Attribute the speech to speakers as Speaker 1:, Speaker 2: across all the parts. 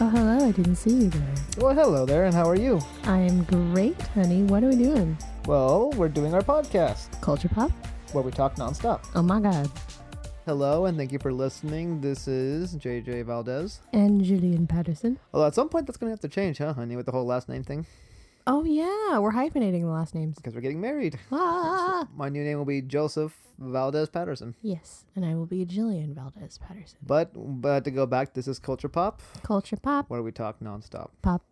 Speaker 1: Oh, hello. I didn't see you there.
Speaker 2: Well, hello there, and how are you?
Speaker 1: I am great, honey. What are we doing?
Speaker 2: Well, we're doing our podcast
Speaker 1: Culture pop?
Speaker 2: where we talk nonstop.
Speaker 1: Oh my God.
Speaker 2: Hello, and thank you for listening. This is JJ Valdez.
Speaker 1: And Julian Patterson.
Speaker 2: Although at some point that's going to have to change, huh, honey, with the whole last name thing?
Speaker 1: Oh yeah, we're hyphenating the last names.
Speaker 2: Because we're getting married.
Speaker 1: Ah.
Speaker 2: My new name will be Joseph Valdez Patterson.
Speaker 1: Yes, and I will be Jillian Valdez Patterson.
Speaker 2: But, but to go back, this is Culture Pop,
Speaker 1: Culture pop.
Speaker 2: where we talk nonstop
Speaker 1: Pop.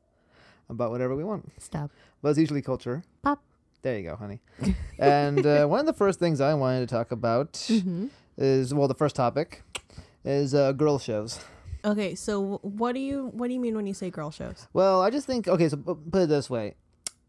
Speaker 2: about whatever we want.
Speaker 1: Stop.
Speaker 2: But it's usually culture.
Speaker 1: Pop.
Speaker 2: There you go, honey. and uh, one of the first things I wanted to talk about
Speaker 3: Mm-hmm.
Speaker 2: is well, the first topic is uh, girl shows.
Speaker 3: Okay, so wh- what do you what do you mean when you say girl shows?
Speaker 2: Well, I just think okay. So p- put it this way: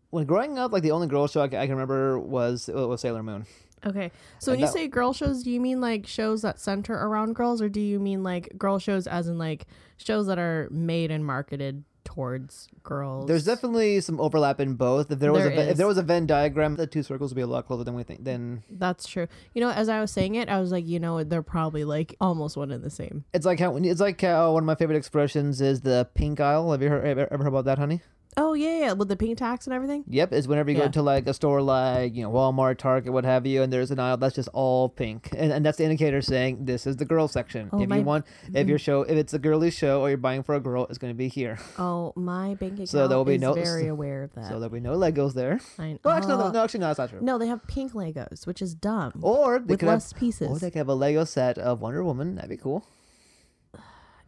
Speaker 2: when growing up, like the only girl show I, c- I can remember was uh, was Sailor Moon.
Speaker 3: Okay, so when
Speaker 2: And
Speaker 3: you
Speaker 2: that-
Speaker 3: say girl shows, do you mean like shows that center around girls, or do you mean like girl shows as in like shows that are made and marketed towards girls?
Speaker 2: There's definitely some overlap in both. If there was
Speaker 3: There
Speaker 2: a, Ve- if
Speaker 3: is.
Speaker 2: there was a Venn diagram, the two circles would be a lot closer than we think. Then
Speaker 3: that's true. You know, as I was saying it, I was like, you know, they're probably like almost one and the same.
Speaker 2: it's like how it's like how one of my favorite expressions is the pink aisle. Have you heard, ever, ever heard about that, honey?
Speaker 3: Oh yeah, yeah, with the pink tax and everything.
Speaker 2: Yep, is whenever you go
Speaker 3: Yeah.
Speaker 2: to like a store like you know Walmart, Target, what have you, and there's an aisle that's just all pink, and, and that's the indicator saying this is the girl section.
Speaker 3: Oh,
Speaker 2: if
Speaker 3: my-
Speaker 2: you want, if your show, if it's a girly show or you're buying for a girl, it's going to be here.
Speaker 3: Oh, my bank account
Speaker 2: So there'll be
Speaker 3: is
Speaker 2: no-
Speaker 3: very aware of that.
Speaker 2: So there'll be no Legos there.
Speaker 3: I-
Speaker 2: Well, actually, no,
Speaker 3: oh.
Speaker 2: no, actually, no, that's not true.
Speaker 3: No, they have pink Legos, which is dumb.
Speaker 2: Or they
Speaker 3: with
Speaker 2: could have-
Speaker 3: less pieces.
Speaker 2: Or they could have a Lego set of Wonder Woman. That'd be cool.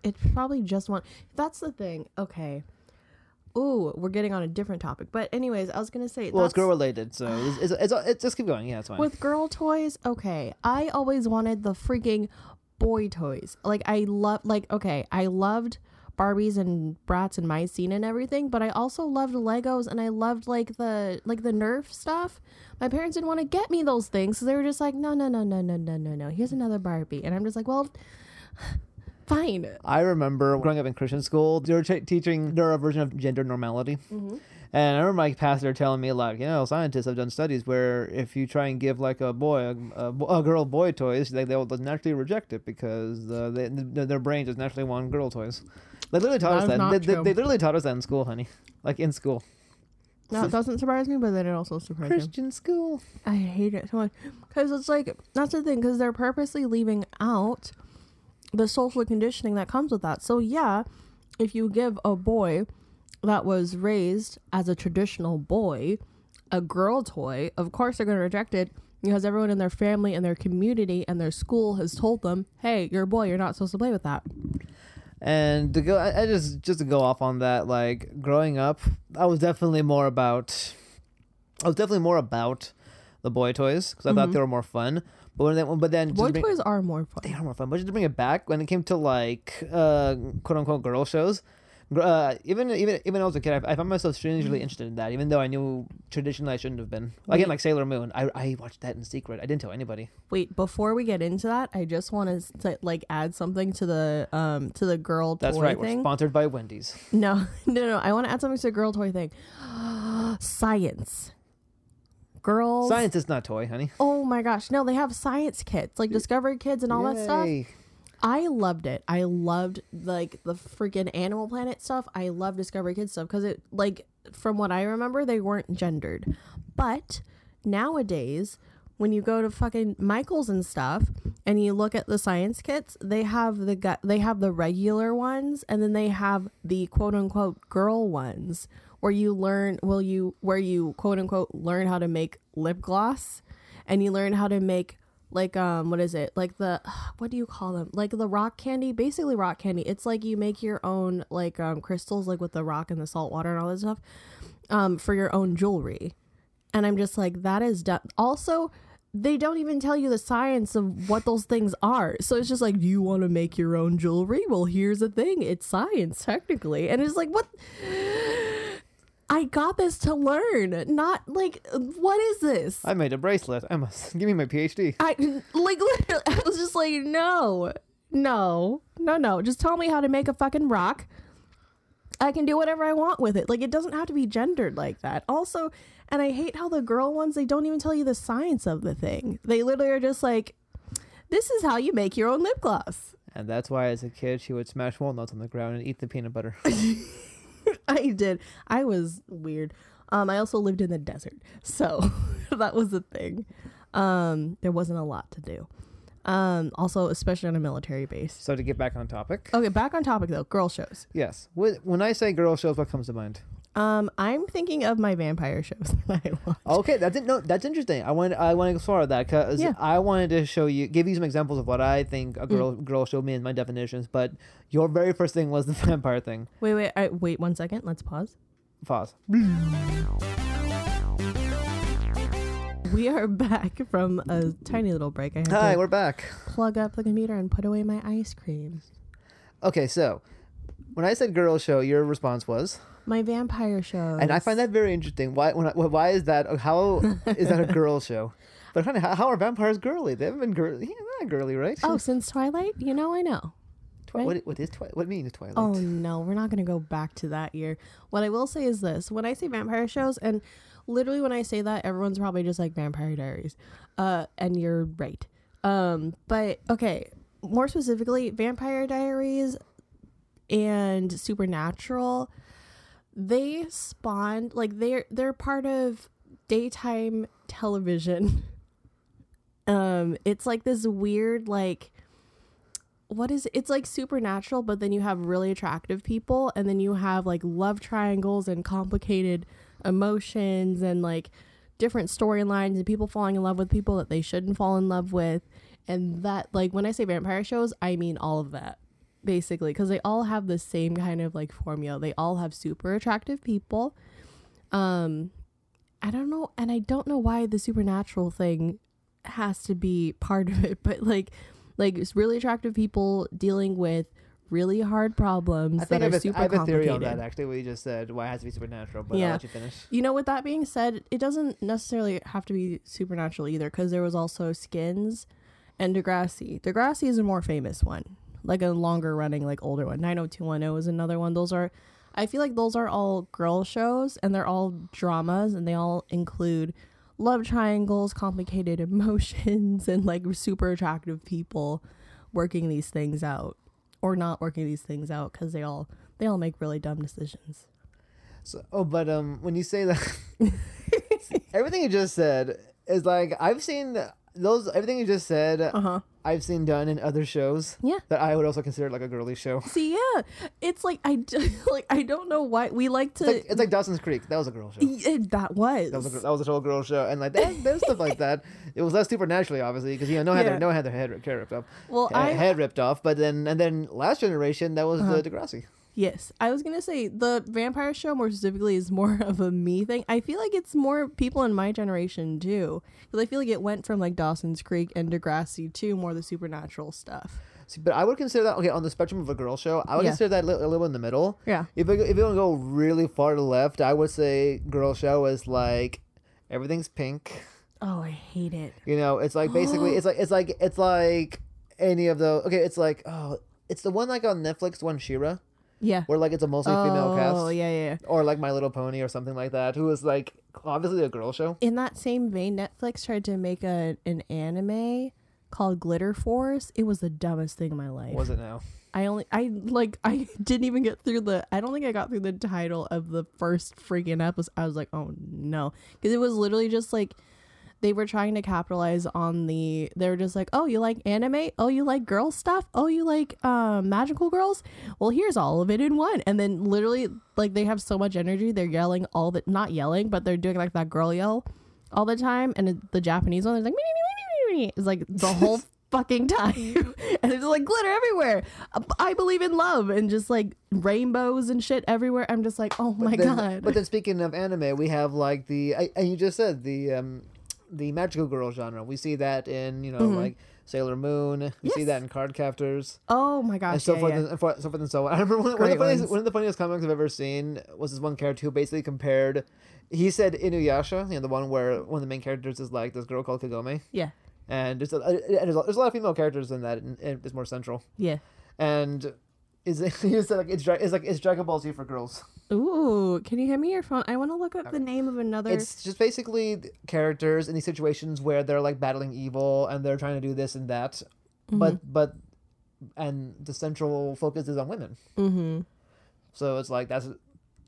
Speaker 3: It's probably just one. That's the thing. Okay. Ooh, we're getting on a different topic. But anyways, I was gonna say
Speaker 2: Well,
Speaker 3: that's-
Speaker 2: it's girl related, so it's, it's, it's, it's just keep going. Yeah, it's fine.
Speaker 3: with girl toys. Okay, I always wanted the freaking boy toys. Like I love like okay, I loved Barbies and Bratz and My Scene and everything, but I also loved Legos and I loved like the like the Nerf stuff. My parents didn't want to get me those things, so they were just like, no, no, no, no, no, no, no, no. Here's another Barbie, and I'm just like, well, fine.
Speaker 2: I remember growing up in Christian school, they were t- teaching their version of gender normality. And I remember my pastor telling me, like, you know, scientists have done studies where if you try and give, like, a boy, a, a, bo- a girl boy toys, they, they'll naturally reject it because uh, they, th- their brain just naturally want girl toys. They literally taught
Speaker 3: That
Speaker 2: us
Speaker 3: is
Speaker 2: that.
Speaker 3: not
Speaker 2: They, they,
Speaker 3: true.
Speaker 2: they literally taught us that in school, honey. Like, in school.
Speaker 3: No, it doesn't surprise me, but then it also surprises me.
Speaker 2: Christian school.
Speaker 3: I hate it so much because it's like that's the thing because they're purposely leaving out the social conditioning that comes with that. So yeah, if you give a boy that was raised as a traditional boy a girl toy, of course they're going to reject it because everyone in their family and their community and their school has told them, "Hey, you're a boy, you're not supposed to play with that."
Speaker 2: And to go, I, I just just to go off on that, like growing up, I was definitely more about, I was definitely more about the boy toys because I thought they were more fun. But when they, but then just
Speaker 3: Mm-hmm. Boy
Speaker 2: bring-
Speaker 3: toys are more fun.
Speaker 2: they are more fun. But just to bring it back, when it came to like uh, quote unquote girl shows, gr- uh, even even even when I was a kid, I, I found myself
Speaker 3: Mm-hmm.
Speaker 2: strangely interested in that, even though I knew traditionally I shouldn't have been. Again, like Sailor Moon, I I watched that in secret. I didn't tell anybody.
Speaker 3: Wait, before we get into that, I just want to like add something to the um to the girl
Speaker 2: That's
Speaker 3: toy
Speaker 2: right. We're
Speaker 3: thing.
Speaker 2: sponsored by Wendy's.
Speaker 3: No, no, no. I want to add something to the girl toy thing. science. Girls.
Speaker 2: Science is not toy, honey.
Speaker 3: Oh my gosh. No, they have science kits, like Discovery Kids and all that stuff.
Speaker 2: Yay.
Speaker 3: I loved it. I loved like the freaking Animal Planet stuff. I love Discovery Kids stuff because it like from what I remember they weren't gendered. But nowadays when you go to fucking Michaels and stuff and you look at the science kits, they have the gu- they have the regular ones and then they have the quote unquote girl ones where you learn will you where you quote unquote learn how to make lip gloss and you learn how to make like um what is it like the what do you call them like the rock candy basically rock candy it's like you make your own like um crystals like with the rock and the salt water and all that stuff um for your own jewelry and i'm just like that is done also they don't even tell you the science of what those things are so it's just like do you want to make your own jewelry well here's the thing it's science technically and it's like what i got this to learn not like what is this
Speaker 2: I made a bracelet. I must give me my PhD.
Speaker 3: I like literally I was just like, no, no, no, no. Just tell me how to make a fucking rock. I can do whatever I want with it. Like it doesn't have to be gendered like that. Also, and I hate how the girl ones they don't even tell you the science of the thing. They literally are just like, this is how you make your own lip gloss.
Speaker 2: And that's why, as a kid, she would smash walnuts on the ground and eat the peanut butter.
Speaker 3: I did. I was weird. Um, I also lived in the desert, so that was a thing. Um, there wasn't a lot to do. Um, also, especially on a military base.
Speaker 2: so to get back on topic,
Speaker 3: Okay, back on topic though. Girl shows.
Speaker 2: yes. Wh- When I say girl shows, what comes to mind?
Speaker 3: Um, I'm thinking of my vampire shows that I watch.
Speaker 2: Okay, that's it. No, that's interesting. I want I want to explore that because
Speaker 3: Yeah.
Speaker 2: I wanted to show you, give you some examples of what I think a girl girl showed me in my definitions. But your very first thing was the vampire thing.
Speaker 3: Wait, wait, I, wait one second. Let's pause.
Speaker 2: Pause.
Speaker 3: We are back from a tiny little break. I had
Speaker 2: Hi,
Speaker 3: to
Speaker 2: we're back.
Speaker 3: plug up the computer and put away my ice cream.
Speaker 2: Okay, so when I said girl show, your response was,
Speaker 3: My vampire shows.
Speaker 2: and I find that very interesting. Why? When I, why is that? uh, How is that a girl show? But kind of how, how are vampires girly? They haven't been girly. Yeah, not girly, right?
Speaker 3: Oh, since Twilight, you know I know.
Speaker 2: Twi- what, what is Twilight? What means Twilight?
Speaker 3: Oh no, we're not going to go back to that year. What I will say is this: when I say vampire shows, and literally when I say that, everyone's probably just like Vampire Diaries, uh, and you're right. Um, but okay, more specifically, Vampire Diaries and Supernatural, they spawned like they're they're part of daytime television. um, it's like this weird like what is it's like supernatural but then you have really attractive people and then you have like love triangles and complicated emotions and like different storylines and people falling in love with people that they shouldn't fall in love with and that like when i say vampire shows i mean all of that basically because they all have the same kind of like formula they all have super attractive people um i don't know and i don't know why the supernatural thing has to be part of it but like like it's really attractive people dealing with really hard problems
Speaker 2: I think
Speaker 3: that
Speaker 2: I
Speaker 3: are
Speaker 2: have, a,
Speaker 3: super
Speaker 2: I have a theory
Speaker 3: complicated
Speaker 2: on that. Actually, what you just said. Why it has to be supernatural? But I'll
Speaker 3: Yeah.
Speaker 2: let you finish.
Speaker 3: you know, with that being said, it doesn't necessarily have to be supernatural either, because there was also Skins and Degrassi. Degrassi is a more famous one, like a longer running, like older one. 90210 is another one. Those are, I feel like those are all girl shows, and they're all dramas, and they all include love triangles, complicated emotions, and like super attractive people working these things out or not working these things out because they all they all make really dumb decisions.
Speaker 2: So, oh, but um, when you say that, everything you just said is like I've seen those. Everything you just said,
Speaker 3: Uh-huh.
Speaker 2: I've seen done in other shows.
Speaker 3: Yeah.
Speaker 2: that I would also consider like a girly show.
Speaker 3: See, yeah, it's like I d- like I don't know why we like to.
Speaker 2: It's like, it's like Dawson's Creek. That was a girl show.
Speaker 3: Yeah, that was.
Speaker 2: That was a, gr- that was a total girl show, and like that, there's stuff like that. It was less supernaturally, obviously, because you know, no had
Speaker 3: Yeah.
Speaker 2: their no had their head ri- hair ripped off.
Speaker 3: well,
Speaker 2: he-
Speaker 3: I Uh-huh.
Speaker 2: head ripped off, but then and then last generation that was the Degrassi.
Speaker 3: yes, I was gonna say the vampire show more specifically is more of a me thing. I feel like it's more people in my generation too, because I feel like it went from like Dawson's Creek and Degrassi to more the supernatural stuff.
Speaker 2: See, but I would consider that okay on the spectrum of a girl show. I would
Speaker 3: Yeah.
Speaker 2: consider that li- a little in the middle.
Speaker 3: Yeah.
Speaker 2: If I, go- if you want to go really far to left, I would say girl show is like everything's pink.
Speaker 3: Oh, I hate it.
Speaker 2: You know, it's like basically it's like it's like it's like any of the okay. It's like oh, it's the one like on Netflix, the one Shira,
Speaker 3: Yeah.
Speaker 2: where like it's a mostly female cast.
Speaker 3: Oh, yeah, yeah. yeah.
Speaker 2: or like My Little Pony or something like that, who is like obviously a girl show.
Speaker 3: In that same vein, Netflix tried to make a, an anime called Glitter Force. It was the dumbest thing in my life.
Speaker 2: Was it now?
Speaker 3: I only I like I didn't even get through the I don't think I got through the title of the first freaking episode. I was like, "Oh no." Cuz it was literally just like they were trying to capitalize on the they were just like, "Oh, you like anime? Oh, you like girl stuff? Oh, you like um magical girls? Well, here's all of it in one." And then literally like they have so much energy. They're yelling all the not yelling, but they're doing like that girl yell all the time and it- the Japanese one is like "Me, me, me, me, me, me," it's like the whole fucking time and there's like glitter everywhere Uh, I believe in love and just like rainbows and shit everywhere I'm just like oh my
Speaker 2: Then-
Speaker 3: god
Speaker 2: But then speaking of anime, we have like the I- and you just said the um the magical girl genre. We see that in you know like Sailor Moon. We see
Speaker 3: Mm-hmm. Yes.
Speaker 2: that in Card Captors.
Speaker 3: oh my
Speaker 2: And
Speaker 3: gosh
Speaker 2: so
Speaker 3: yeah,
Speaker 2: forth,
Speaker 3: yeah.
Speaker 2: And for, so forth and so on. I remember one, one, of
Speaker 3: Great
Speaker 2: the funniest,
Speaker 3: ones.
Speaker 2: one of the funniest comics I've ever seen was this one character who basically compared. He said Inuyasha, you know, the one where one of the main characters is like this girl called Kagome,
Speaker 3: yeah
Speaker 2: and there's a, and there's a, there's a lot of female characters in that, and, and it's more central.
Speaker 3: yeah
Speaker 2: and is it you said like it's dra- it's like it's Dragon Ball Z for girls.
Speaker 3: ooh can you hand me your phone I want to look up the name of another
Speaker 2: It's just basically th- characters in these situations where they're like battling evil and they're trying to do this and that, but but and the central focus is on women.
Speaker 3: Mm-hmm.
Speaker 2: So it's like that's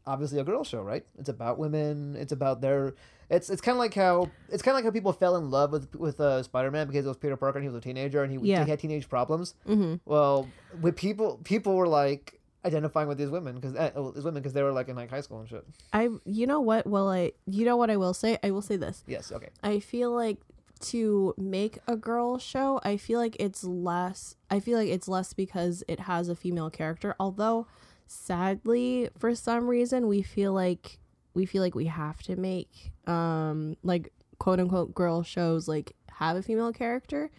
Speaker 2: obviously a girl show, right? It's about women. It's about their. It's it's kind of like how it's kind of like how people fell in love with with uh, Spider Man because it was Peter Parker and he was a teenager and he,
Speaker 3: Yeah.
Speaker 2: he had teenage problems.
Speaker 3: Mm-hmm.
Speaker 2: Well, with people people were like identifying with these women because uh, these women because they were like in like high school and shit.
Speaker 3: I you know what will I you know what I will say? I will say this.
Speaker 2: Yes. Okay.
Speaker 3: I feel like to make a girl show, I feel like it's less I feel like it's less because it has a female character. Although sadly, for some reason we feel like we feel like we have to make um like quote unquote girl shows like have a female character.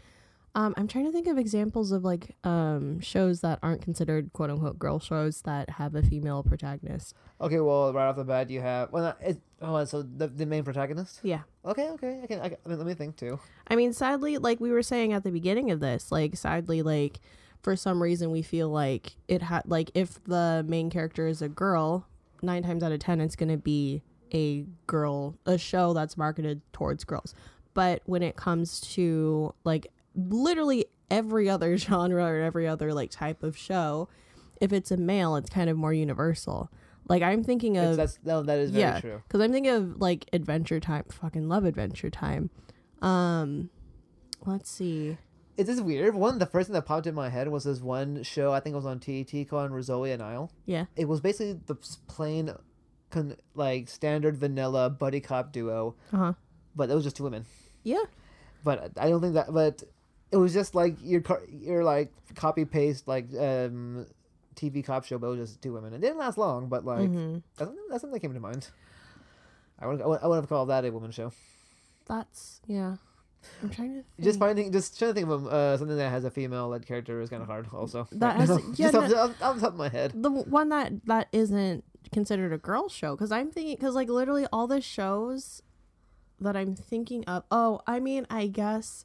Speaker 3: Um, I'm trying to think of examples of like um, shows that aren't considered quote unquote girl shows that have a female protagonist.
Speaker 2: Okay. Well, right off the bat, you have well, it, oh, so the, the main protagonist.
Speaker 3: Yeah.
Speaker 2: Okay. Okay. I can. I, can, I mean, let me think too.
Speaker 3: I mean, sadly, like we were saying at the beginning of this, like sadly, like for some reason we feel like it had like if the main character is a girl, nine times out of ten it's gonna be a girl a show that's marketed towards girls. But when it comes to like literally every other genre or every other like type of show, if it's a male, it's kind of more universal. Like I'm thinking
Speaker 2: It's,
Speaker 3: of
Speaker 2: that's no, that is very
Speaker 3: Uh, yeah,
Speaker 2: true.
Speaker 3: because I'm thinking of like Adventure Time. Fucking love Adventure Time. Um, let's see.
Speaker 2: It is weird. One, the first thing that popped in my head was this one show. I think it was on TET called Rosalia and Isle.
Speaker 3: Yeah.
Speaker 2: It was basically the s- plain, con- like standard vanilla buddy cop duo,
Speaker 3: Uh huh.
Speaker 2: but it was just two women.
Speaker 3: Yeah.
Speaker 2: But I don't think that. But it was just like your car, your like copy paste like um TV cop show, but it was just two women. It didn't last long, but like
Speaker 3: Mm-hmm.
Speaker 2: that's, something, that's something that came to mind. I would I would I would have called that a woman show.
Speaker 3: That's yeah. I'm trying to think.
Speaker 2: Just finding, just trying to think of uh, something that has a female led character is kind of hard. Also,
Speaker 3: That
Speaker 2: Right
Speaker 3: has-
Speaker 2: now.
Speaker 3: yeah,
Speaker 2: just off, off, off the top of my head.
Speaker 3: the w- one that that isn't considered a girl show because I'm thinking because like literally all the shows that I'm thinking of. Oh, I mean, I guess.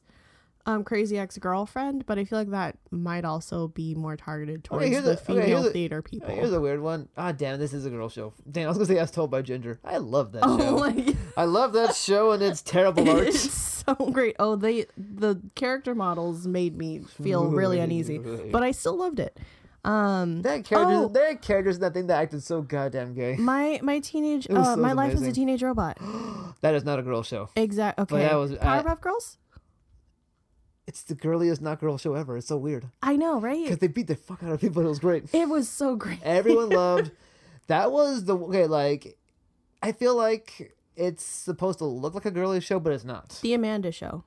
Speaker 3: Um, crazy ex-girlfriend, but I feel like that might also be more targeted towards
Speaker 2: here's
Speaker 3: the
Speaker 2: a- okay,
Speaker 3: female
Speaker 2: here's a-
Speaker 3: theater people.
Speaker 2: Oh, here's a weird one. Ah, damn, this is a girl show. Damn, I was gonna say as told by Ginger. I love that
Speaker 3: oh
Speaker 2: show.
Speaker 3: my god.
Speaker 2: I love that show and its terrible art.
Speaker 3: It's so great. Oh, they the character models made me feel really uneasy, but I still loved it. Um,
Speaker 2: that character,
Speaker 3: Oh.
Speaker 2: that character's that thing that acted so goddamn gay.
Speaker 3: my my teenage
Speaker 2: was
Speaker 3: uh,
Speaker 2: so
Speaker 3: my life as a
Speaker 2: amazing.
Speaker 3: teenage robot.
Speaker 2: That is not a girl show.
Speaker 3: Exact. Okay.
Speaker 2: that was- I-
Speaker 3: Powerpuff Girls.
Speaker 2: It's the girliest not girl show ever. It's so weird
Speaker 3: I know,
Speaker 2: because
Speaker 3: right?
Speaker 2: they beat the fuck out of people. It was great.
Speaker 3: It was so great.
Speaker 2: Everyone loved. That was the okay. Like, I feel like it's supposed to look like a girly show, but it's not.
Speaker 3: The Amanda Show.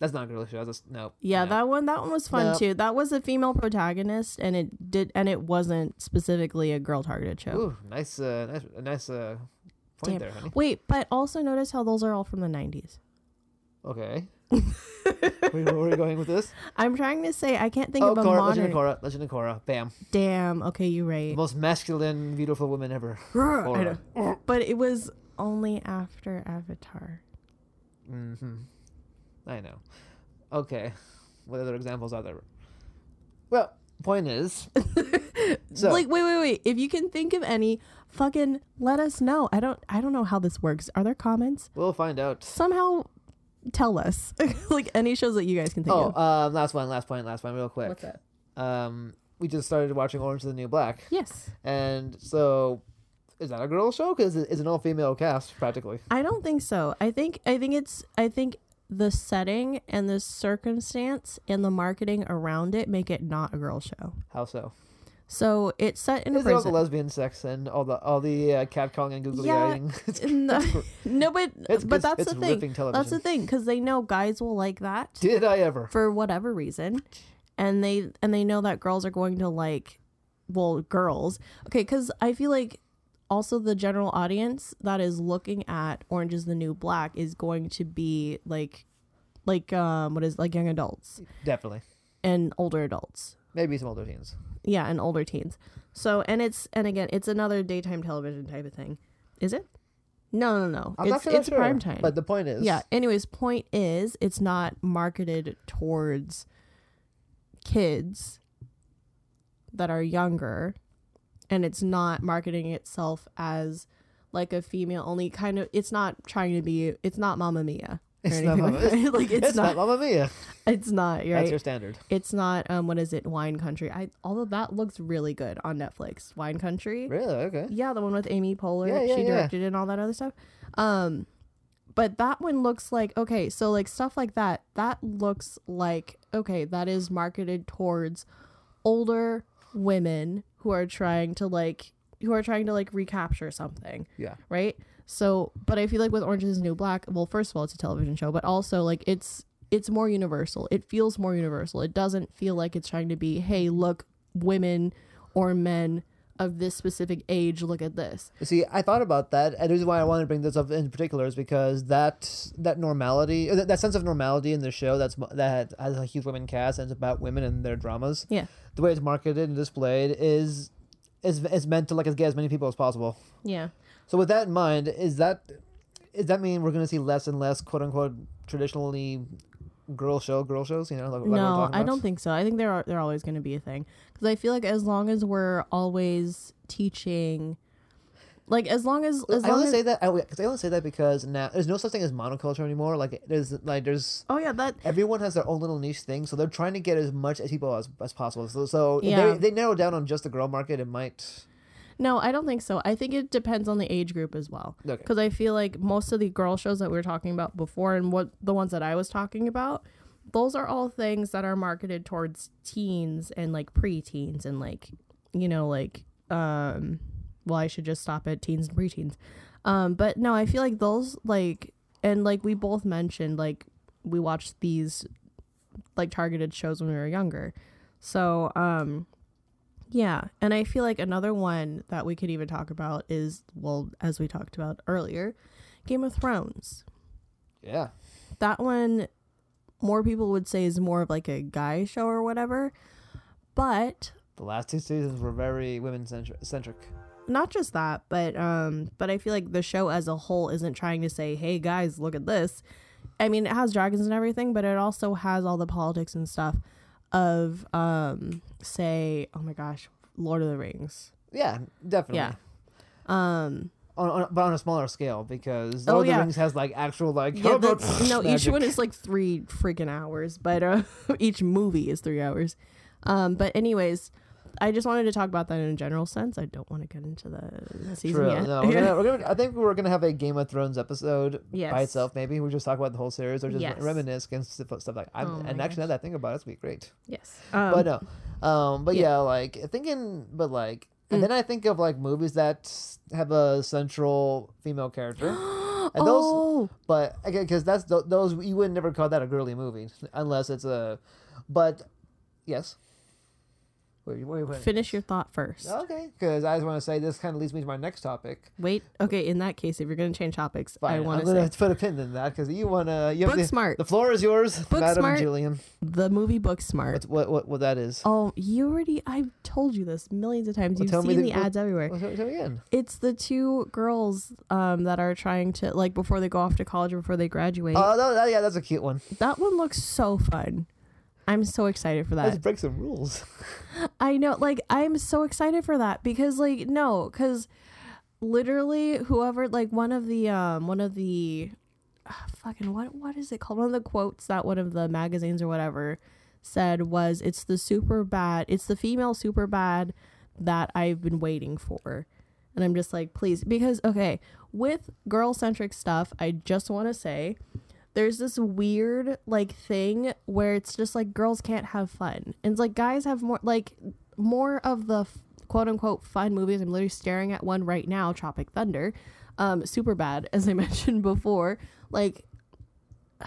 Speaker 2: That's not a girly show. That's no.
Speaker 3: Yeah,
Speaker 2: no.
Speaker 3: that one that one was fun
Speaker 2: No.
Speaker 3: too. That was a female protagonist, and it did, and it wasn't specifically a girl targeted show.
Speaker 2: Ooh, nice, uh, nice, a nice uh,
Speaker 3: Damn.
Speaker 2: point there, honey.
Speaker 3: Wait, but also notice how those are all from the '90s.
Speaker 2: Okay. where, where are you going with this?
Speaker 3: I'm trying to say I can't think
Speaker 2: oh,
Speaker 3: of a
Speaker 2: Cora, Legend
Speaker 3: modern.
Speaker 2: of Korra, Legend of Korra, bam,
Speaker 3: Damn. Okay, you're right.
Speaker 2: the most masculine, beautiful woman ever.
Speaker 3: Grr, I
Speaker 2: Korra.
Speaker 3: know. But it was only after Avatar.
Speaker 2: Mm-hmm. I know. Okay, what other examples are there? Well, point is, so
Speaker 3: like wait, wait, wait. If you can think of any, fucking let us know. I don't I don't know how this works. Are there comments?
Speaker 2: we'll find out.
Speaker 3: Somehow tell us. like any shows that you guys can think
Speaker 2: Oh,
Speaker 3: of.
Speaker 2: um, last one, last point, last one, real quick.
Speaker 3: What's that?
Speaker 2: Um, we just started watching Orange is the New Black,
Speaker 3: Yes.
Speaker 2: and so is that a girl show? Because it's an all-female cast practically.
Speaker 3: I don't think so. I think I think it's I think the setting and the circumstance and the marketing around it make it not a girl show.
Speaker 2: How so?
Speaker 3: So it's set in a
Speaker 2: Is it all the
Speaker 3: prison.
Speaker 2: lesbian sex and all the all the uh, catcalling and googly
Speaker 3: Yeah,
Speaker 2: eyeing? It's-
Speaker 3: no, no, but
Speaker 2: It's-
Speaker 3: but
Speaker 2: it's-
Speaker 3: that's
Speaker 2: it's
Speaker 3: the thing.
Speaker 2: ripping
Speaker 3: That's the
Speaker 2: television.
Speaker 3: thing because they know guys will like that
Speaker 2: Did I ever?
Speaker 3: for whatever reason, and they and they know that girls are going to like, well, girls. Okay, because I feel like also the general audience that is looking at Orange Is the New Black is going to be like, like um, what is like young adults
Speaker 2: Definitely.
Speaker 3: and older adults.
Speaker 2: Maybe some older teens.
Speaker 3: Yeah, and older teens. So, and it's and again, it's another daytime television type of thing. Is it? No, no, no.
Speaker 2: I'm
Speaker 3: it's
Speaker 2: not sure.
Speaker 3: it's
Speaker 2: that's true,
Speaker 3: prime time.
Speaker 2: But the point is,
Speaker 3: yeah. Anyways, point is, it's not marketed towards kids that are younger, and it's not marketing itself as like a female only kind of. It's not trying to be. It's not Mamma Mia.
Speaker 2: It's not
Speaker 3: anything like
Speaker 2: Mamma-
Speaker 3: that. like it's,
Speaker 2: It's
Speaker 3: not,
Speaker 2: not Mamma Mia.
Speaker 3: it's not you're
Speaker 2: That's
Speaker 3: right
Speaker 2: your standard.
Speaker 3: it's not um what is it wine country i although that looks really good on netflix wine country
Speaker 2: Really? Okay.
Speaker 3: yeah the one with amy poehler
Speaker 2: Yeah, yeah,
Speaker 3: she
Speaker 2: yeah.
Speaker 3: directed it and all that other stuff um but that one looks like okay so like stuff like that that looks like okay that is marketed towards older women who are trying to like who are trying to like recapture something
Speaker 2: Yeah.
Speaker 3: right so but i feel like with orange is the new black well first of all it's a television show but also like it's it's more universal it feels more universal it doesn't feel like it's trying to be hey look women or men of this specific age look at this
Speaker 2: See, I thought about that, and the reason why I wanted to bring this up in particular is because that that normality, that, that sense of normality in the show, that's mo- that has a huge women cast and it's about women and their dramas.
Speaker 3: yeah
Speaker 2: The way it's marketed and displayed is is is meant to like get as many people as possible.
Speaker 3: yeah
Speaker 2: So with that in mind, is that is that mean we're going to see less and less quote unquote traditionally girl show girl shows? You know, like, like we're
Speaker 3: no
Speaker 2: talking
Speaker 3: i
Speaker 2: about?
Speaker 3: don't think so i think there are they're always going to be a thing because i feel like as long as we're always teaching like as long as as
Speaker 2: I
Speaker 3: long
Speaker 2: only
Speaker 3: as
Speaker 2: say that I, 'cause I only say that because now there's no such thing as monoculture anymore. Like there's like there's
Speaker 3: oh yeah that
Speaker 2: everyone has their own little niche thing, so they're trying to get as much as people as, as possible. So, so if
Speaker 3: Yeah.
Speaker 2: they, they narrow down on just the girl market. It might
Speaker 3: No, I don't think so. I think it depends on the age group as well.
Speaker 2: Okay.
Speaker 3: Because I feel like most of the girl shows that we were talking about before and what the ones that I was talking about, those are all things that are marketed towards teens and like preteens and like, you know, like, um, well, I should just stop at teens and preteens. Um, but no, I feel like those, like, and like we both mentioned, like, we watched these like targeted shows when we were younger. So, um, yeah, and I feel like another one that we could even talk about is well, as we talked about earlier, Game of Thrones.
Speaker 2: yeah.
Speaker 3: That one more people would say is more of like a guy show or whatever. But
Speaker 2: The last two seasons were very women centri- centric.
Speaker 3: not just that, but um but I feel like the show as a whole isn't trying to say, "Hey guys, look at this." I mean, it has dragons and everything, but it also has all the politics and stuff of um say, oh my gosh, Lord of the Rings.
Speaker 2: Yeah, definitely.
Speaker 3: Yeah. Um
Speaker 2: On, on, but on a smaller scale because
Speaker 3: Oh,
Speaker 2: Lord of
Speaker 3: yeah.
Speaker 2: the Rings has like actual like
Speaker 3: Yeah, that's, no, each
Speaker 2: magic.
Speaker 3: one is like three freaking hours, but uh, each movie is three hours. Um, but anyways, I just wanted to talk about that in a general sense. I don't want to get into the season
Speaker 2: True.
Speaker 3: yet.
Speaker 2: No, we're gonna, we're gonna, I think we're gonna have a Game of Thrones episode by
Speaker 3: Yes.
Speaker 2: itself. Maybe we just talk about the whole series or just
Speaker 3: Yes.
Speaker 2: reminisce and stuff, stuff like. I'm,
Speaker 3: Oh my
Speaker 2: and actually, now that I think about it, it's gonna be great.
Speaker 3: yes, um,
Speaker 2: but no, um, but yeah.
Speaker 3: yeah. Mm.
Speaker 2: like thinking, but like, and then I think of like movies that have a central female character. And those,
Speaker 3: oh,
Speaker 2: but again, because that's th- those you would never call that a girly movie unless it's a, but yes. Wait, wait, wait.
Speaker 3: finish your thought first.
Speaker 2: Okay, because I just want to say this kind of leads me to my next topic.
Speaker 3: Wait, okay. In that case, if you're gonna change topics, I
Speaker 2: Fine,
Speaker 3: want
Speaker 2: I'm
Speaker 3: to say
Speaker 2: gonna have to put a pin in that because you wanna. You have
Speaker 3: Booksmart.
Speaker 2: The, the floor is yours, Madam
Speaker 3: Booksmart.
Speaker 2: Julian.
Speaker 3: the movie Book Smart.
Speaker 2: That's what what what that is.
Speaker 3: Oh, you already. I've told you this millions of times.
Speaker 2: Well, tell
Speaker 3: You've
Speaker 2: me
Speaker 3: seen
Speaker 2: the-
Speaker 3: the ads everywhere.
Speaker 2: Well, tell, tell me again.
Speaker 3: It's the two girls um, that are trying to like before they go off to college or before they graduate.
Speaker 2: Oh, no, that, yeah, that's a cute one.
Speaker 3: That one looks so fun. I'm so excited for
Speaker 2: Let's
Speaker 3: that.
Speaker 2: break some rules.
Speaker 3: I know, like, I'm so excited for that because, like, no, because literally, whoever, like, one of the, um, one of the, ah, fucking, what, what is it called? One of the quotes that one of the magazines or whatever said was, "It's the super bad, it's the female super bad that I've been waiting for," and I'm just like, please, because okay, with girl centric stuff, I just want to say there's this weird like thing where it's just like girls can't have fun and it's like guys have more like more of the f- quote unquote fun movies i'm literally staring at one right now tropic thunder um super bad as i mentioned before like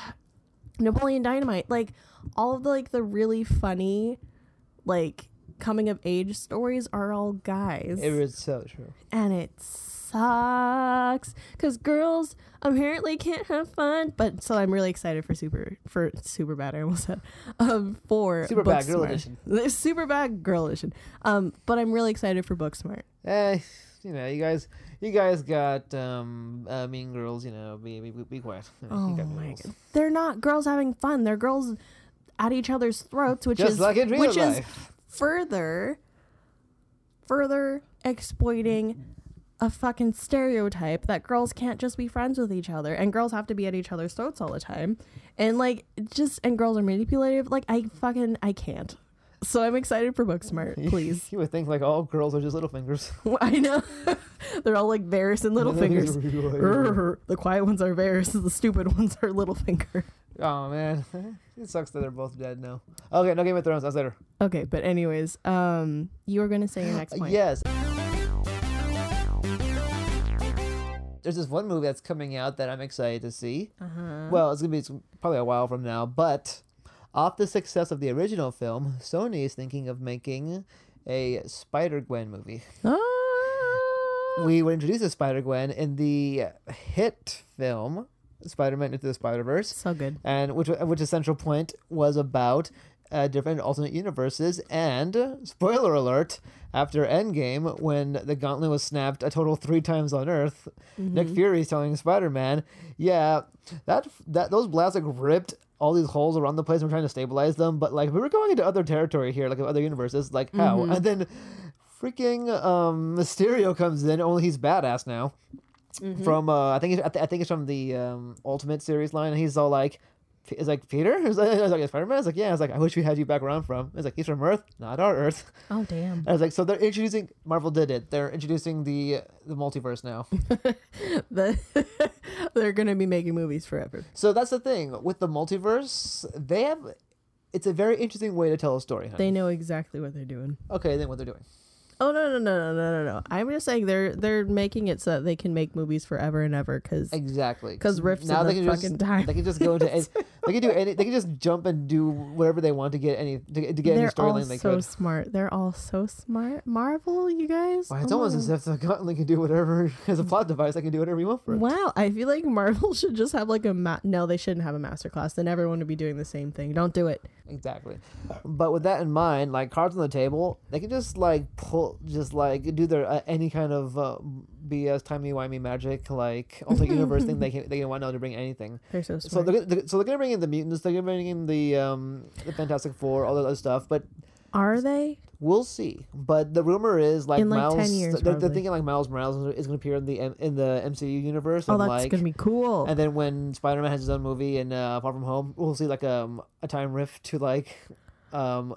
Speaker 3: napoleon dynamite like all of the like the really funny like coming of age stories are all guys
Speaker 2: It was so true.
Speaker 3: and it sucks because girls apparently can't have fun. But so I'm really excited for super for super bad. I almost said um for
Speaker 2: Super Bad
Speaker 3: Booksmart.
Speaker 2: Girl Edition.
Speaker 3: Super bad girl edition. Um, but I'm really excited for Booksmart.
Speaker 2: Eh, you know, you guys, you guys got um uh, mean girls. You know, be be, be quiet. You know,
Speaker 3: Oh
Speaker 2: you got mean
Speaker 3: my
Speaker 2: girls.
Speaker 3: god, they're not girls having fun. They're girls at each other's throats, which
Speaker 2: Just
Speaker 3: is
Speaker 2: like in real
Speaker 3: which is
Speaker 2: life.
Speaker 3: further further exploiting a fucking stereotype that girls can't just be friends with each other and girls have to be at each other's throats all the time. And like just and girls are manipulative. Like I fucking I can't. So I'm excited for Booksmart, please.
Speaker 2: You would think like all girls are just little fingers.
Speaker 3: I know. They're all like Varys and Littlefingers. Urgh, the quiet ones are Varys, the stupid ones are Littlefinger.
Speaker 2: oh man, it sucks that they're both dead now. Okay, no Game of Thrones. That's later.
Speaker 3: Okay, but anyways, um you were gonna say your
Speaker 2: Uh,
Speaker 3: next point.
Speaker 2: Yes. There's this one movie that's coming out that I'm excited to see.
Speaker 3: Uh-huh. Mm-hmm.
Speaker 2: Well, it's gonna be it's probably a while from now, but off the success of the original film, Sony is thinking of making a Spider Gwen movie.
Speaker 3: Ah.
Speaker 2: We were introduced to Spider Gwen in the hit film Spider Man Into the Spider Verse
Speaker 3: So good.
Speaker 2: and which which essential point was about uh, different alternate universes. And uh, spoiler alert: after Endgame, when the gauntlet was snapped a total three times on Earth, Nick Fury is telling Spider-Man, "Yeah, that that those blasts like ripped." All these holes around the place, we're trying to stabilize them, but like we were going into other territory here, like other universes, like how? And then freaking um, Mysterio comes in, only he's badass now
Speaker 3: Mm-hmm.
Speaker 2: from uh, I think it's, I, th- I think it's from the um, Ultimate series line, and he's all like, P- "Is like Peter?" I was like, I was like Spider Man. I was like, "Yeah." I was like, "I wish we had you back around from." I was like, "He's from Earth, not our Earth."
Speaker 1: Oh damn.
Speaker 2: I was like, "So they're introducing Marvel did it. They're introducing the the multiverse now."
Speaker 3: The- they're gonna be making movies forever.
Speaker 2: so that's the thing with the multiverse. They have it's a very interesting way to tell a story. Honey.
Speaker 3: They know exactly what they're doing.
Speaker 2: Okay, then what they're doing.
Speaker 3: Oh no no no no no no no! I'm just saying they're they're making it so that they can make movies forever and ever because
Speaker 2: Exactly.
Speaker 3: 'Cause Rift's in the fucking
Speaker 2: just,
Speaker 3: time.
Speaker 2: They can just go into any, they can do any they can just jump and do whatever they want to get any to, to get any
Speaker 3: they're all
Speaker 2: storyline they
Speaker 3: so
Speaker 2: could.
Speaker 3: smart. They're all so smart. Marvel, you guys.
Speaker 2: Why, it's
Speaker 3: Oh
Speaker 2: almost
Speaker 3: my
Speaker 2: as if the gauntlet can do whatever as a plot device. I can do whatever you want for it.
Speaker 3: Wow, I feel like Marvel should just have like a ma- no, they shouldn't have a master class. Then everyone would be doing the same thing. Don't do it.
Speaker 2: Exactly. But with that in mind, like cards on the table, they can just like pull, just like do their uh, any kind of uh, BS timey wimey magic, like alternate universe thing. They can they can want now to bring anything.
Speaker 3: They're so
Speaker 2: So
Speaker 3: smart.
Speaker 2: they're, gonna- so they're gonna bring in the mutants. They're gonna bring in the um the Fantastic Four, all that other stuff. But
Speaker 3: Are they?
Speaker 2: We'll see, but the rumor is like,
Speaker 3: In, like,
Speaker 2: Miles.
Speaker 3: 10 years,
Speaker 2: they're, they're
Speaker 3: probably.
Speaker 2: thinking like Miles Morales is going to appear in the M- in the MCU universe.
Speaker 3: Oh,
Speaker 2: and,
Speaker 3: that's
Speaker 2: like,
Speaker 3: gonna be cool.
Speaker 2: And then when Spider Man has his own movie and uh, Far From Home, we'll see like um, a time rift to like um,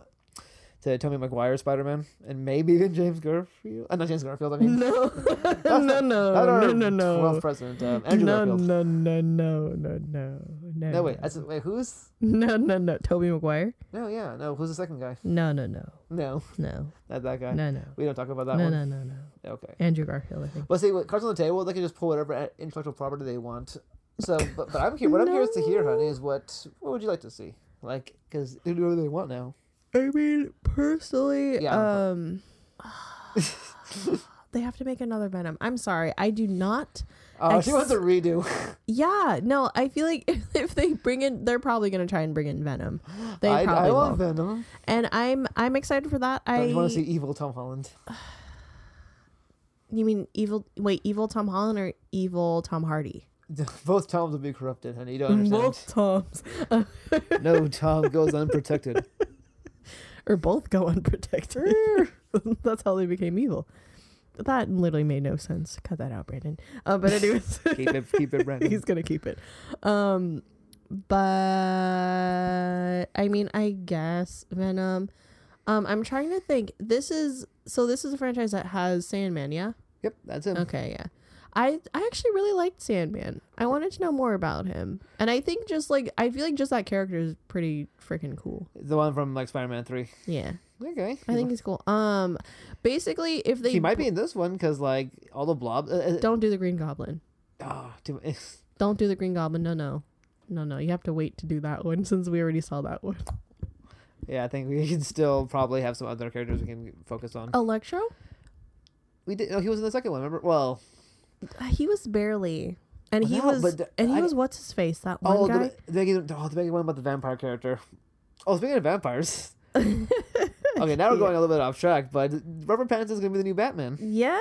Speaker 2: to Tobey Maguire Spider Man and maybe even James Garfield. Uh, not James Garfield. I mean,
Speaker 3: no, no,
Speaker 2: not-
Speaker 3: no,
Speaker 2: not our
Speaker 3: no, no,
Speaker 2: 12th
Speaker 3: no.
Speaker 2: president, um, Andrew
Speaker 3: No,
Speaker 2: Garfield.
Speaker 3: no, no, no, no, no, no.
Speaker 2: No, wait, that's, wait, who's
Speaker 3: No, no, no. Toby Maguire?
Speaker 2: no? Yeah, no, who's the second guy?
Speaker 3: No, no, no.
Speaker 2: No,
Speaker 3: No.
Speaker 2: not that guy.
Speaker 3: No, no.
Speaker 2: We don't talk about that
Speaker 3: No,
Speaker 2: one.
Speaker 3: no, no, no.
Speaker 2: Okay.
Speaker 3: Andrew Garfield, I think.
Speaker 2: Well, see, with cards on the table, they can just pull whatever a- intellectual property they want. So, but, but I'm here. What I'm curious to hear, honey, is what what would you like to see? Like, because they do whatever they want now.
Speaker 3: I mean, personally,
Speaker 2: Yeah,
Speaker 3: um they have to make another Venom. I'm sorry. I do not
Speaker 2: Oh, she wants a
Speaker 3: Ex-
Speaker 2: redo.
Speaker 3: Yeah, no, I feel like if, if they bring in they're probably gonna try and bring in Venom. They
Speaker 2: I,
Speaker 3: probably
Speaker 2: I
Speaker 3: will.
Speaker 2: want Venom.
Speaker 3: And I'm I'm excited for that.
Speaker 2: I
Speaker 3: I
Speaker 2: want to see evil Tom Holland.
Speaker 3: you mean evil wait, evil Tom Holland or evil Tom Hardy?
Speaker 2: Both Toms will be corrupted, honey. You don't understand.
Speaker 3: Toms.
Speaker 2: no Tom goes unprotected.
Speaker 3: or both go unprotected. That's how they became evil. That literally made no sense. Cut that out, Brandon. Uh, but anyways,
Speaker 2: keep it, keep it, Brandon.
Speaker 3: he's gonna keep it. Um, but I mean, I guess Venom. Um, I'm trying to think. This is so. This is a franchise that has Sandman. Yeah.
Speaker 2: Yep, that's him.
Speaker 3: Okay. Yeah. I I actually really liked Sandman. I wanted to know more about him, and I think just like I feel like just that character is pretty freaking cool.
Speaker 2: The one from like Spider-Man Three.
Speaker 3: Yeah.
Speaker 2: Okay,
Speaker 3: I think he's cool. Um, basically, if they
Speaker 2: he might be in this one because like all the blobs. Uh, uh,
Speaker 3: don't do the Green Goblin,
Speaker 2: oh, too much.
Speaker 3: don't do the Green Goblin. No, no, no, no. You have to wait to do that one since we already saw that one.
Speaker 2: Yeah, I think we can still probably have some other characters we can focus on.
Speaker 3: Electro,
Speaker 2: We did. Oh, he was in the second one. Remember? Well,
Speaker 3: Uh, he was barely, and he
Speaker 2: No,
Speaker 3: was,
Speaker 2: but the-
Speaker 3: and he
Speaker 2: I-
Speaker 3: was what's his face that one
Speaker 2: oh,
Speaker 3: guy.
Speaker 2: the, the, big- oh, the big one about the vampire character. Oh, speaking of vampires. okay, now we're going a little bit off track, but Robert Pattinson's gonna be the new Batman.
Speaker 3: yeah,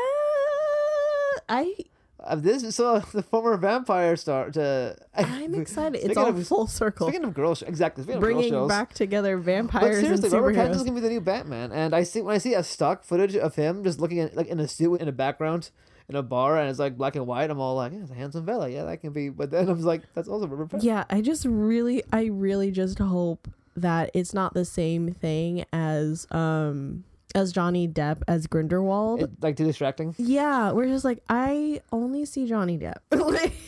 Speaker 3: I
Speaker 2: Uh, this so the former vampire star. To,
Speaker 3: I'm excited. It's
Speaker 2: Speaking
Speaker 3: all
Speaker 2: of-
Speaker 3: full circle,
Speaker 2: Speaking of girl, sh- exactly. Speaking of girl
Speaker 3: bringing
Speaker 2: shows,
Speaker 3: back together
Speaker 2: But
Speaker 3: vampires
Speaker 2: seriously,
Speaker 3: and
Speaker 2: Robert Pattinson's
Speaker 3: superheroes.
Speaker 2: gonna be the new Batman, and I see when I see a stock footage of him just looking at like in a suit in a background, in a bar and it's like black and white, I'm all like, yeah, it's a handsome fella. Yeah, that can be. But then I was like, that's also Robert Pattinson.
Speaker 3: Yeah, I just really I really just hope that it's not the same thing as um as Johnny Depp as Grindelwald.
Speaker 2: It- like too distracting.
Speaker 3: yeah, we're just like I only see Johnny Depp.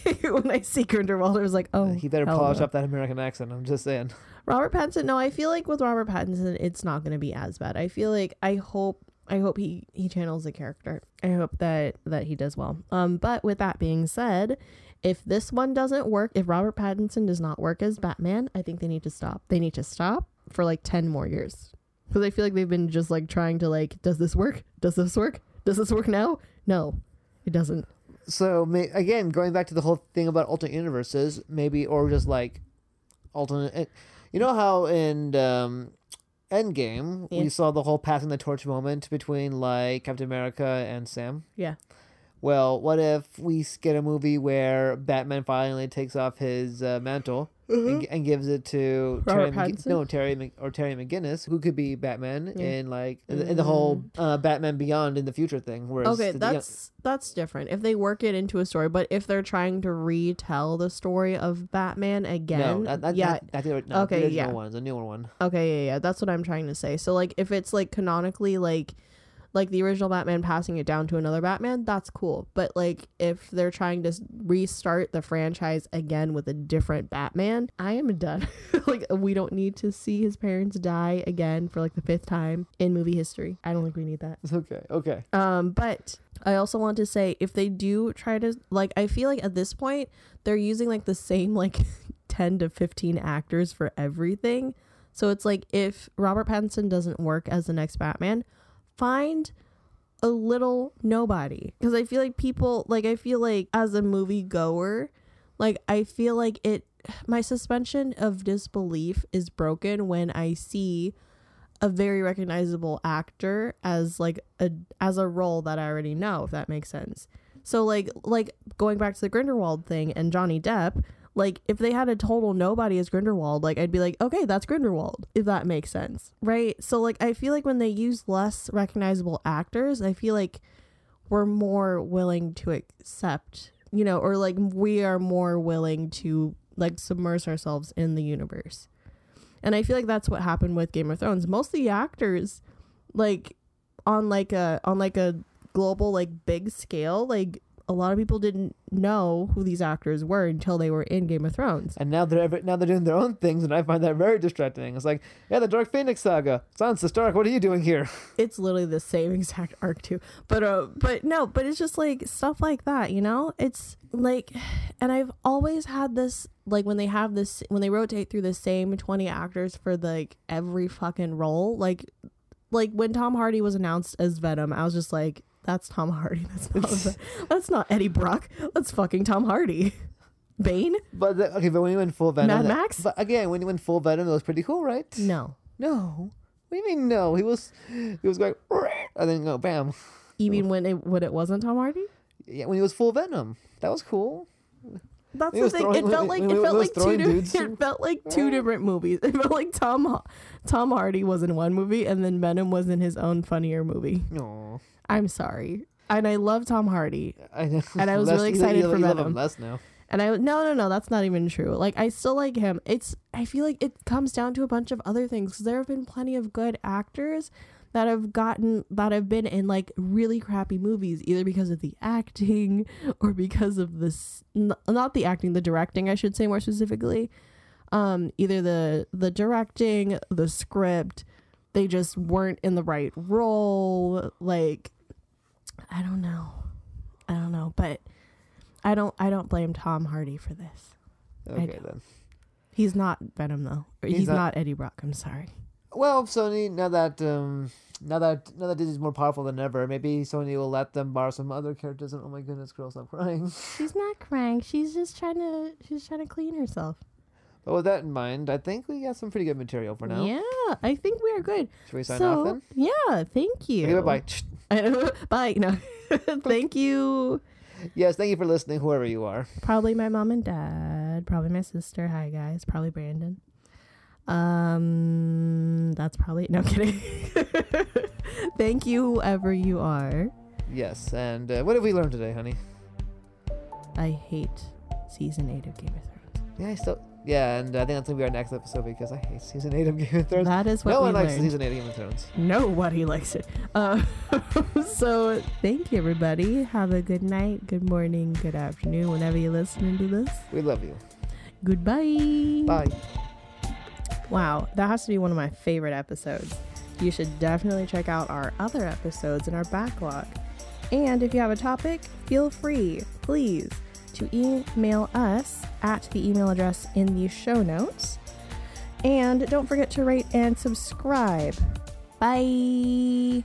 Speaker 3: Like, when I see Grindelwald, I was like, oh,
Speaker 2: He better
Speaker 3: hell
Speaker 2: polish
Speaker 3: no.
Speaker 2: up that American accent. I'm just saying.
Speaker 3: Robert Pattinson. No, I feel like with Robert Pattinson, it's not going to be as bad. I feel like I hope I hope he he channels the character. I hope that that he does well. Um, but with that being said, if this one doesn't work, if Robert Pattinson does not work as Batman, I think they need to stop. They need to stop for like ten more years because I feel like they've been just like trying to like, does this work? Does this work? Does this work now? No, it doesn't.
Speaker 2: So ma- again, going back to the whole thing about alternate universes, maybe or just like alternate. eh, You know how in um, Endgame
Speaker 3: Yeah.
Speaker 2: we saw the whole passing the torch moment between like Captain America and Sam.
Speaker 3: Yeah.
Speaker 2: Well, what if we s- get a movie where Batman finally takes off his uh, mantle and, g- and gives it to Terry
Speaker 3: Mm-hmm. Robert
Speaker 2: McG-
Speaker 3: Pattinson?
Speaker 2: no Terry Mc- or Terry McGinnis, who could be Batman in like in, the- in the whole uh, Batman Beyond in the future thing. Where it's
Speaker 3: Mm-hmm. Okay,
Speaker 2: the-
Speaker 3: that's that's different. If they work it into a story, but if they're trying to retell the story of Batman
Speaker 2: No,
Speaker 3: again,
Speaker 2: not, not,
Speaker 3: yeah.
Speaker 2: not, not the, ori- no,
Speaker 3: Okay,
Speaker 2: the original
Speaker 3: yeah.
Speaker 2: one, the newer one.
Speaker 3: okay, yeah, yeah, that's what I'm trying to say. So like if it's like canonically like like the original Batman passing it down to another Batman, that's cool. But like if they're trying to s- restart the franchise again with a different Batman, I am done. like we don't need to see his parents die again for like the fifth time in movie history. I don't think we need that.
Speaker 2: Okay, okay.
Speaker 3: Um, but I also want to say if they do try to like, I feel like at this point they're using like the same like ten to fifteen actors for everything. So it's like if Robert Pattinson doesn't work as the next Batman, find a little nobody because I feel like people like I feel like as a movie goer, like I feel like it. My suspension of disbelief is broken when I see a very recognizable actor as like a as a role that I already know, if that makes sense. So like like going back to the Grindelwald thing and Johnny Depp, like if they had a total nobody as Grindelwald, like I'd be like, okay, that's Grindelwald, if that makes sense, right? So like I feel like when they use less recognizable actors, I feel like we're more willing to accept, you know, or like we are more willing to like submerge ourselves in the universe. And I feel like that's what happened with Game of Thrones. Most of the actors, like on like a on like a global like big scale, like a lot of people didn't know who these actors were until they were in Game of Thrones.
Speaker 2: And now they're ever, now they're doing their own things, and I find that very distracting. It's like, yeah, the Dark Phoenix saga. Sansa Stark, what are you doing here?
Speaker 3: It's literally the same exact arc too. But uh but no, but it's just like stuff like that, you know? It's like and I've always had this like when they have this when they rotate through the same 20 actors for like every fucking role, like like when Tom Hardy was announced as Venom, I was just like, "That's Tom Hardy. That's not Ve- that's not Eddie Brock. That's fucking Tom Hardy." Bane?
Speaker 2: But the, okay, but when you went full Venom,
Speaker 3: Mad
Speaker 2: that-
Speaker 3: Max?
Speaker 2: But again, when you went full Venom, it was pretty cool, right?
Speaker 3: No.
Speaker 2: No. What do you mean no? He was he was going, "Rah," and then go bam.
Speaker 3: You mean when it when it wasn't Tom Hardy?
Speaker 2: Yeah, when he was full Venom, that was cool.
Speaker 3: That's
Speaker 2: He
Speaker 3: the
Speaker 2: was
Speaker 3: thing.
Speaker 2: throwing-
Speaker 3: it felt like
Speaker 2: he
Speaker 3: it
Speaker 2: was
Speaker 3: felt like two
Speaker 2: throwing dudes.
Speaker 3: different, it felt like two different movies. It felt like Tom Ha- Tom Hardy was in one movie and then Venom was in his own funnier movie.
Speaker 2: No,
Speaker 3: I'm sorry. And I love Tom Hardy.
Speaker 2: I know.
Speaker 3: And I was really
Speaker 2: you-
Speaker 3: excited
Speaker 2: you-
Speaker 3: for
Speaker 2: you love him
Speaker 3: Venom.
Speaker 2: less now.
Speaker 3: And I no no no that's not even true. Like I still like him. It's I feel like it comes down to a bunch of other things 'cause there have been plenty of good actors that have gotten that have been in like really crappy movies either because of the acting or because of this n- not the acting the directing I should say more specifically. Um either the the directing, the script, they just weren't in the right role like I don't know. I don't know, but I don't I don't blame Tom Hardy for this.
Speaker 2: Okay then.
Speaker 3: He's not Venom though. Or
Speaker 2: He's
Speaker 3: He's,
Speaker 2: not-
Speaker 3: not, Eddie Brock, I'm sorry.
Speaker 2: Well, Sony now that um, now that now that Disney's more powerful than ever, maybe Sony will let them borrow some other characters. And oh my goodness, girl, stop crying.
Speaker 3: She's not crying. She's just trying to she's trying to clean herself.
Speaker 2: But with that in mind, I think we got some pretty good material for now.
Speaker 3: Yeah, I think we are good.
Speaker 2: Should we sign
Speaker 3: so
Speaker 2: off then?
Speaker 3: yeah, thank you.
Speaker 2: Okay, bye
Speaker 3: bye. bye. No. thank you.
Speaker 2: Yes, thank you for listening, whoever you are.
Speaker 3: Probably my mom and dad. Probably my sister. Hi guys. Probably Brandon. Um that's probably no I'm kidding. thank you, whoever you are.
Speaker 2: Yes. And uh, what have we learned today, honey?
Speaker 3: I hate season eight of Game of Thrones.
Speaker 2: Yeah, I still. Yeah, and I think that's gonna be our next episode because I hate season eight of Game of Thrones.
Speaker 3: That is what
Speaker 2: no
Speaker 3: we
Speaker 2: one likes
Speaker 3: learned.
Speaker 2: season eight of Game of Thrones.
Speaker 3: Nobody likes it. Uh, so thank you, everybody. Have a good night, good morning, good afternoon, whenever you're listening to this.
Speaker 2: We love you.
Speaker 3: Goodbye.
Speaker 2: Bye.
Speaker 3: Wow, that has to be one of my favorite episodes. You should definitely check out our other episodes in our backlog. And if you have a topic, feel free, please, to email us at the email address in the show notes. And don't forget to rate and subscribe. Bye.